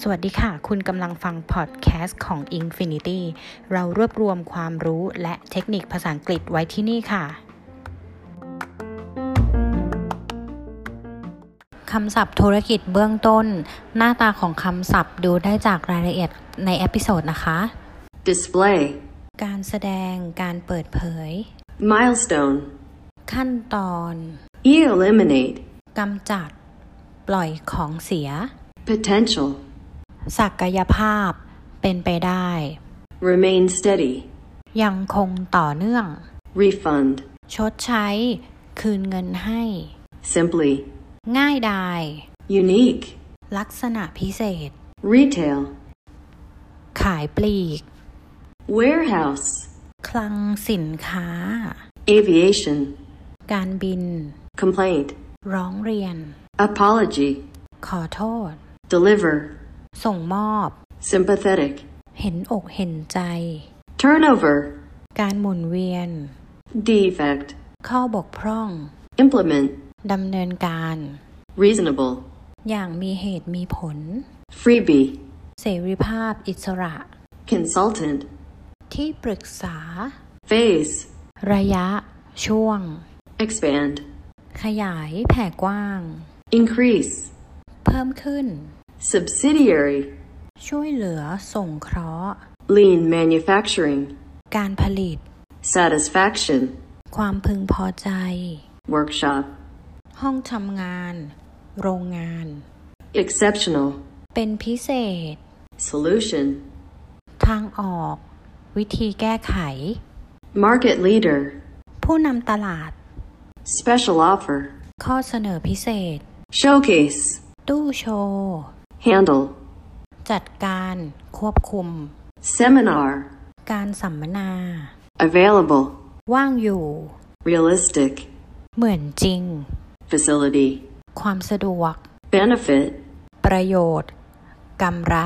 สวัสดีค่ะ คุณกำลังฟังพอดแคสต์ของ Infinity เรารวบรวมความรู้และเทคนิคภาษาอังกฤษไว้ที่นี่ค่ะ คำศัพท์ธุรกิจเบื้องต้น หน้าตาของคำศัพท์ดูได้จากรายละเอียดในเอพิโซดนะคะ display, การแสดงการเปิดเผย milestone, ขั้นตอน eliminate, กำจัด ปล่อยของเสีย potential, ศักยภาพ เป็นไปได้ remain steady, ยังคงต่อเนื่อง refund, ชดใช้ คืนเงินให้ simply, ง่ายดาย unique, ลักษณะพิเศษ retail, ขายปลีก warehouse, คลังสินค้า aviation, การบิน complaint, ร้องเรียน apology, ขอโทษ deliver, ส่งมอบ sympathetic, เห็นอกเห็นใจ turnover, การหมุนเวียน defect, ข้อบกพร่อง implement, ดำเนินการ reasonable, อย่างมีเหตุมีผล freebie, เสรีภาพอิสระ consultant, ที่ปรึกษา phase, ระยะ ช่วง expand, ขยายแผ่กว้าง increase, เพิ่มขึ้น subsidiary, ช่วยเหลือส่งเคราะห์ lean manufacturing, การผลิต satisfaction, ความพึงพอใจ workshop, ห้องทำงาน โรงงาน exceptional, เป็นพิเศษ solution, ทางออก วิธีแก้ไข market leader, ผู้นำตลาด special offer, ข้อเสนอพิเศษ showcase, ตู้โชว์ handle, จัดการควบคุม seminar, การสัมมนา available, ว่างอยู่ realistic, เหมือนจริง facility, ความสะดวก benefit, ประโยชน์ กำไร